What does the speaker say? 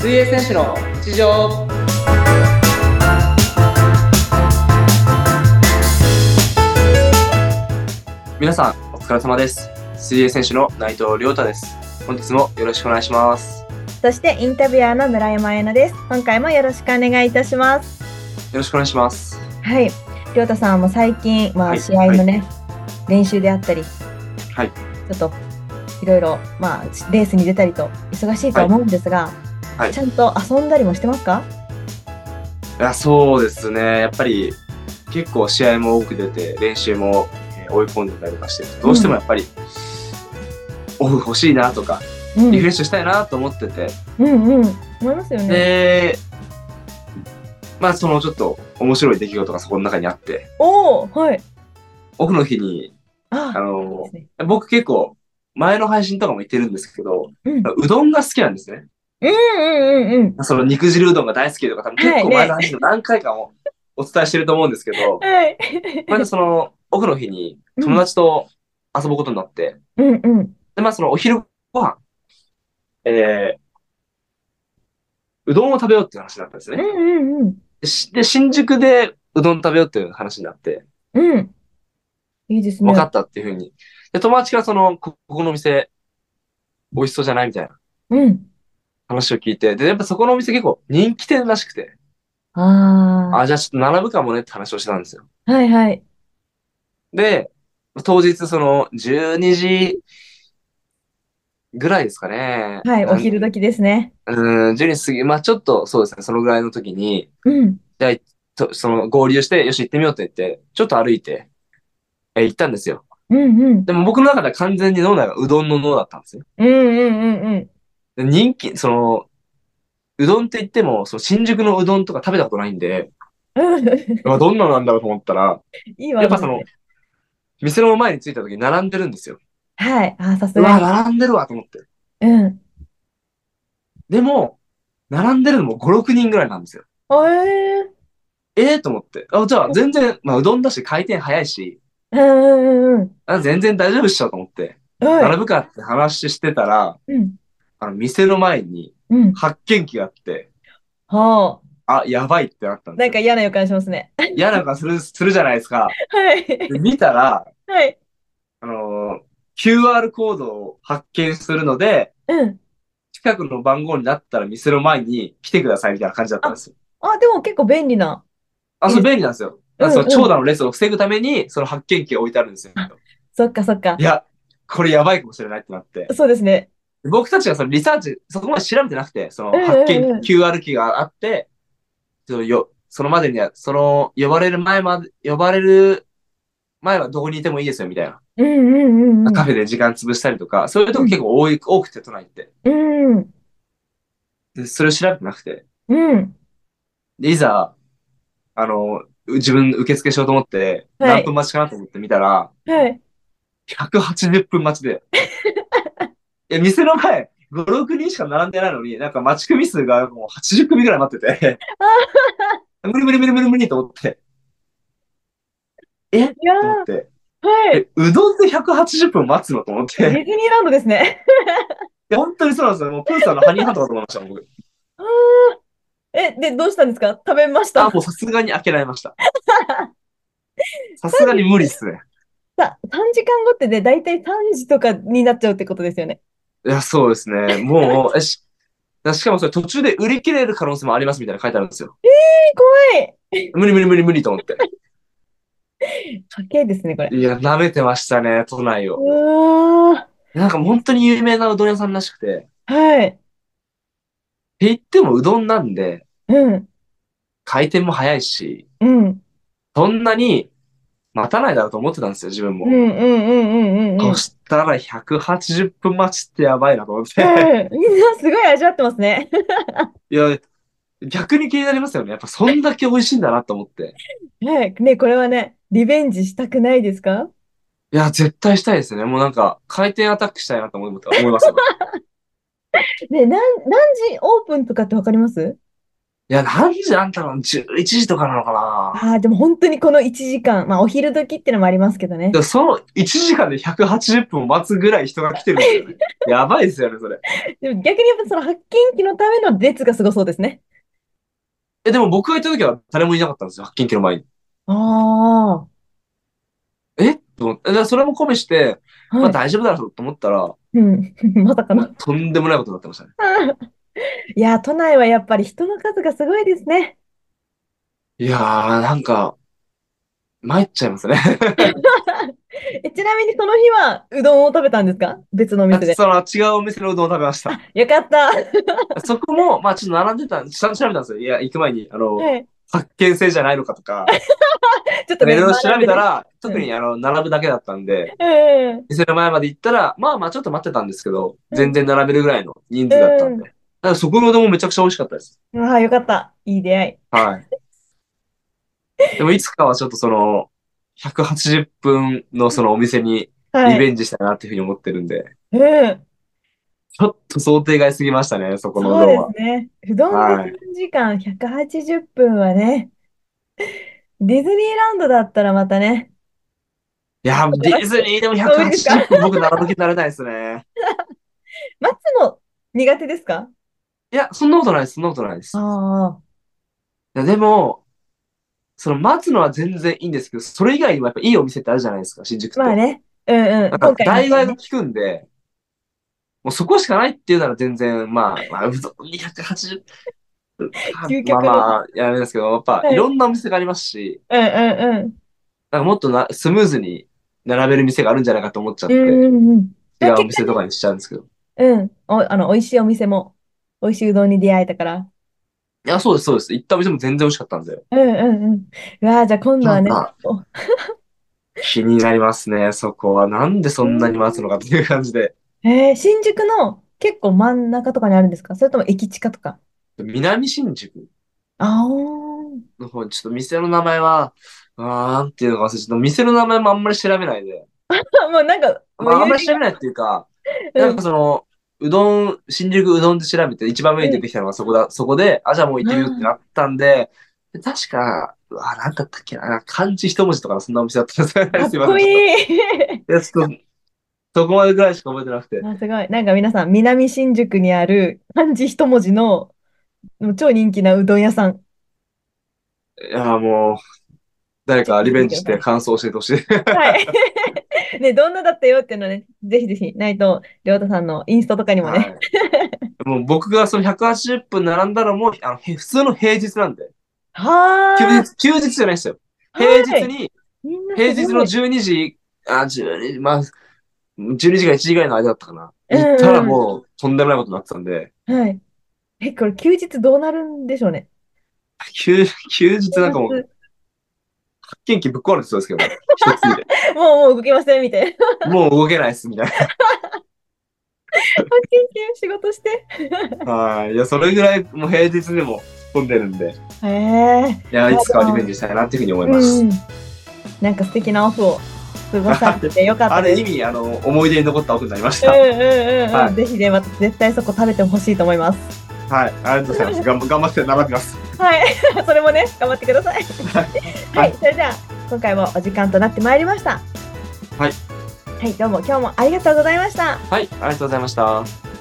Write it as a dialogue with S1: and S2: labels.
S1: 選手の日常
S2: 皆さんお疲れ様です水泳選手の内藤亮太です本日もよろしくお願いしますよ
S3: そしてインタビュアーの村山彩乃です。今回もよろしくお願いいたします。
S2: ろしくお願いします
S3: はい、りょうたさんも最近、ま
S2: は
S3: あ
S2: い
S3: 試合のね、練習であったり、
S2: はい
S3: ちょっといろいろまあレースに出たりと忙しいとは思うんですが、
S2: はいはい
S3: ちゃんと遊んだりもしてますか？
S2: いやそうですねやっぱり結構試合も多く出て練習もえー追い込んでたりとかしてどうしてもやっぱり、オフ欲しいなとか
S3: うん、
S2: リフレッシュしたいなと思ってて、
S3: うんうん、思いますよね。
S2: でまあそのちょっと面白い出来事がそこの中にあって
S3: おお、はい。
S2: オフの日に
S3: あ
S2: あ
S3: いい
S2: の
S3: ですね
S2: 僕結構前の配信とかも言ってるんですけど
S3: うん、
S2: うどんが好きなんですね
S3: うんうんうんうん。
S2: その肉汁うどんが大好きとか、多分結
S3: はい
S2: 構
S3: ね
S2: 前の話でも何回かもお伝えしてると思うんですけ ど、
S3: はい。
S2: これでその、オフの日に友達と遊ぶことになって、
S3: うんうん。
S2: で、まあそのお昼ご飯、えー、うどんを食べようっていう話だったんです
S3: う
S2: ね。
S3: んうんうん。
S2: でしで、新宿でうどん食べようっていう話になって、
S3: うん。いいですね。
S2: 分かったっていうふうに。で、友達からその、こここのお店、美味しそうじゃないみたいな
S3: うん。
S2: 話を聞いて、で、やっぱそこのお店結構人気店らしくて、
S3: あ
S2: あ、じゃあちょっと並ぶかもねって話をしてたんですよ。
S3: あ、はいはい。
S2: で、当日、その、12時ぐらいですかね。
S3: はい、お昼
S2: だ
S3: 時ですね。
S2: うん、12時過ぎ、まあちょっと、そうですね、そのぐらいの時に、
S3: うん。
S2: とその、合流して、よし、行ってみようって言って、ちょっと歩いて、え、行ったんですよ。
S3: うんうん。
S2: でも僕の中では完全に脳内がうどんの脳だったんですよ。
S3: うんうんうんうん。
S2: で人気、その、うどんって言っても、その新宿のうどんとか食べたことないんで、 うわどんなのなんだろうと思ったら、
S3: いいわ。
S2: やっぱその、店の前に着いた時に並んでるんですよ。
S3: はい。あー、さす
S2: うわ、
S3: が
S2: 並んでるわと思って。
S3: に。うん。
S2: でも、並んでるのも5、6人ぐらいなんですよ。
S3: おえ
S2: ええと思って。あ、じゃあ全然、まあうどんだし回転早いし、
S3: ー。うんうんうん
S2: あ全然大丈夫っしょと思って、
S3: うん。は
S2: 並ぶかって話してたら、
S3: い。うん。
S2: あの、店の前に
S3: うん。
S2: 発見器があって、
S3: は
S2: あ、やばいってなった
S3: あ。
S2: ん
S3: な
S2: で
S3: ん
S2: す
S3: か
S2: よ。
S3: 嫌な予感しますね。
S2: 嫌な顔する、するじゃないですか。
S3: はい。
S2: で見たら、
S3: はい。
S2: あのー QR コードを発見するので、
S3: うん。
S2: 近くの番号になったら店の前に来てくださいみたいな感じだったんですよ。
S3: あ、でも結構便利な。
S2: あ、それ便利なんですよ。だからその
S3: うんうん
S2: 長蛇の列を防ぐために、その発見器が置いてあるんですよ。
S3: そっかそっか
S2: い。や、これやばいかもしれないってなって。
S3: そうですね。
S2: 僕たちがそのリサーチ、そこまで調べてなくて、その
S3: うんうんうん
S2: 発見、QR キーがあって、そのよ、そのまでには、その、呼ばれる前まで、呼ばれる前はどこにいてもいいですよ、みたいな。
S3: うんうんうんうん。
S2: カフェで時間潰したりとか、そういうとこ結構多い、多くて都内って。
S3: うん。
S2: で、それを調べてなくて。
S3: うん。
S2: で、いざ、あの、自分受付しようと思って、
S3: はい
S2: 何分待ちかなと思って見たら、
S3: はい。
S2: 180分待ちで。いや、店の前、5、6人しか並んでないのに、なんか待ち組数がもう80組ぐらい待ってて。無理無理無理無理無理と思って、
S3: いや
S2: と思っ
S3: ー
S2: て。
S3: はい。
S2: え、うどんで180分待つのと思っ
S3: ディズ
S2: て。
S3: ニーランドですね。
S2: いや本当にそうなんですよ。もうプーさんのハニーハントかと思いました、僕。
S3: あーえ、で、どうしたんですか食べまし
S2: あ、
S3: た
S2: もうさすがに開けられました。さすがに無理っすね。
S3: さ、3時間後ってね、だいたい3時とかになっちゃうってことですよね。
S2: いや、そうですね。もう、えし、しかもそれ途中で売り切れる可能性もありますみたいなの書いてあるんですよ。
S3: はい。
S2: 無理無理無理無理と思って。
S3: 家計ですね、これ。
S2: いや、舐めてましたね、都内を。
S3: うわ
S2: なんか本当に有名なうどん屋さんらしくて、
S3: ーはい。
S2: って言ってもうどんなんで、
S3: うん。
S2: 回転も早いし、
S3: うん。
S2: そんなに待たないだろうと思ってたんですよ、自分も。
S3: うんうんうんうんうんうん。
S2: そしたら180分待ちってやばいなと思って。
S3: うんみんなすごい味わってますね。
S2: いや、逆に気になりますよね。やっぱそんだけ美味しいんだなと思って。
S3: はい。ね、これはね、リベンジしたくないですか
S2: いや、絶対したいですね。もうなんか、回転アタックしたいなと思って 思いますよ。
S3: ね、なん、何時オープンとかってわかります
S2: いや、何時なんだろう ?11 時とかなのかな
S3: ああ、でも本当にこの1時間、まあお昼時ってのもありますけどね
S2: で。もその1時間で180分を待つぐらい人が来てるんですよ ね。やばいですよね、それ。
S3: でも逆にやっぱその発見機のための列がすごそうですね。
S2: え、でも僕が行った時は誰もいなかったんですよ、発見機の前に。
S3: あ
S2: えと思ってだからそれも込みして、
S3: あ、
S2: ま
S3: は
S2: あ
S3: い。
S2: 大丈夫だろうと思ったら、
S3: うん、 まさかの。
S2: とんでもないことになってましたね。
S3: いやー、都内はやっぱり人の数がすごいですね。
S2: いやー、なんか、参っちゃいますね。
S3: えちなみにその日はうどんを食べたんですか別のお店 で。
S2: その違うお店のうどんを食べました。
S3: よかった。は
S2: そこも、まあちょっと並んでた、下調べたんですよ。いや、行く前に、あの、
S3: い。
S2: 発見性じゃないのかと か、
S3: ちょっ
S2: い
S3: と
S2: ろ
S3: ね、
S2: いろ調べた
S3: まあ。
S2: ら、特にあの、並ぶだけだったんで、
S3: うんうん。
S2: 店の前まで行ったら、まあまあちょっと待ってたんですけど、
S3: うん
S2: 全然並べるぐらいの人数だったんで。だからそこのうどんもめちゃくちゃ美味しかったです。
S3: ああ、よかった。いい出会
S2: はい。でもいつかはちょっとその、180分のそのお店に
S3: い。は
S2: リ
S3: い。
S2: ベンジしたいなっていうふうに思ってるんで、
S3: うん。
S2: ちょっと想定外すぎましたね、そこのうど
S3: そうんで
S2: は。
S3: すね。うどん
S2: は
S3: で
S2: い
S3: 3時間180分はね、ディズニーランドだったらまたね、
S2: いや、ディズニーでも
S3: そうですか
S2: 180分僕並ぶ気になれないですね。
S3: 待つの苦手ですか
S2: いや、そんなことないです、そんなことないです。い
S3: あ
S2: やでも、その待つのは全然いいんですけど、それ以外にもやっぱいいお店ってあるじゃないですか、新宿って。
S3: あ、まあね。うんうん。
S2: なんか
S3: 今回の
S2: 大
S3: ね
S2: 概が効くんで、もうそこしかないっていうなら全然、まあ、まあ、うどん280、
S3: 究極
S2: まあ
S3: の
S2: まあ、やめですけど、やっぱ
S3: はい
S2: いろんなお店がありますし、
S3: うんうん
S2: なんかもっとなスムーズに並べる店があるんじゃないかと思っちゃっ
S3: う
S2: て、違
S3: ん。
S2: う
S3: うんうんうん。
S2: お店とかにしちゃうんですけど。
S3: うん。お、あの、美味しいお店も、美味しいうどんに出会えたから。
S2: いや、そうです、そうです。行ったお店も全然美味しかったんで、
S3: うんうんうん。うわあ、じゃあ今度はね、
S2: なんか
S3: お
S2: 気になりますね、そこは。なんでそんなに待つのかっていう感じで。
S3: えー新宿の結構真ん中とかにあるんですかそれとも駅近とか
S2: 南新宿
S3: あー
S2: の方に、ちょっと店の名前は、あーんっていうのが忘れちゃった。店の名前もあんまり調べないで。
S3: あ。もうなんか、も
S2: まあ、あん
S3: う
S2: まり調べないっていうか、
S3: うん
S2: なんかその、うどん、新宿うどんで調べて、一番上に出てきたのがそこだ、そこで、あ、じゃあもう行ってみようってなったんで、で確か、うわ、なんだったっけな、なんか漢字一文字とかのそんなお店だったんですよね。
S3: かっ
S2: すいま
S3: こ
S2: せん。い
S3: いい。
S2: や、ちょっと、そこまでぐらいしか覚えてなくて。
S3: あ、すごい。 なんか皆さん、南新宿にある漢字一文字の、もう超人気なうどん屋さん。
S2: いや、もう、誰かリベンジして感想教えてほしい。
S3: はい。 ね、どんなだったよっていうのね、ぜひぜひ、ないと、りょうたさんのインスタとかにも
S2: は
S3: ね。
S2: い、もう僕がその180分並んだのも、あのへ普通の平日なんで。
S3: は
S2: 休
S3: ー
S2: 日、休日じゃないですよ。
S3: はい
S2: 平日に、
S3: みんな
S2: 平
S3: す
S2: 日
S3: ご
S2: の
S3: い
S2: 12時、あ、12時、まあ、12時から1時ぐらいの間だったかな。
S3: うんうん
S2: 行ったらもう、とんでもないことになってたんで、
S3: はい。え、これ休日どうなるんでしょうね。
S2: 休、休日なんかも
S3: も
S2: う、
S3: う、
S2: 発見機ぶっ壊れてそうですけど、一つで。
S3: もう動きませんみたいな。
S2: もう動けないっす、みたい
S3: 研究仕事して。
S2: な。はい。いや、それぐらい、もう平日でも混んでるんで、
S3: へえ。
S2: いや、いつかはリベンジしたいなっていうふうに思います。
S3: うん。なんか素敵なオフを過ごされてよかっ
S2: あ
S3: たで
S2: る
S3: す
S2: 意。味、あの、思い出に残った奥になりまし
S3: うん
S2: た。
S3: うんうんうん、
S2: はい
S3: ぜひね、また絶対そこ食べてほしいと思います。
S2: はい。ありがとうございます。頑張頑張って並びます。
S3: はい、 それもね、頑張ってください。
S2: は
S3: はいい、それでは、今回もお時間となってまいりました。
S2: はい。
S3: はい、どうも今日もありがとうございました。
S2: はい。ありがとうございました。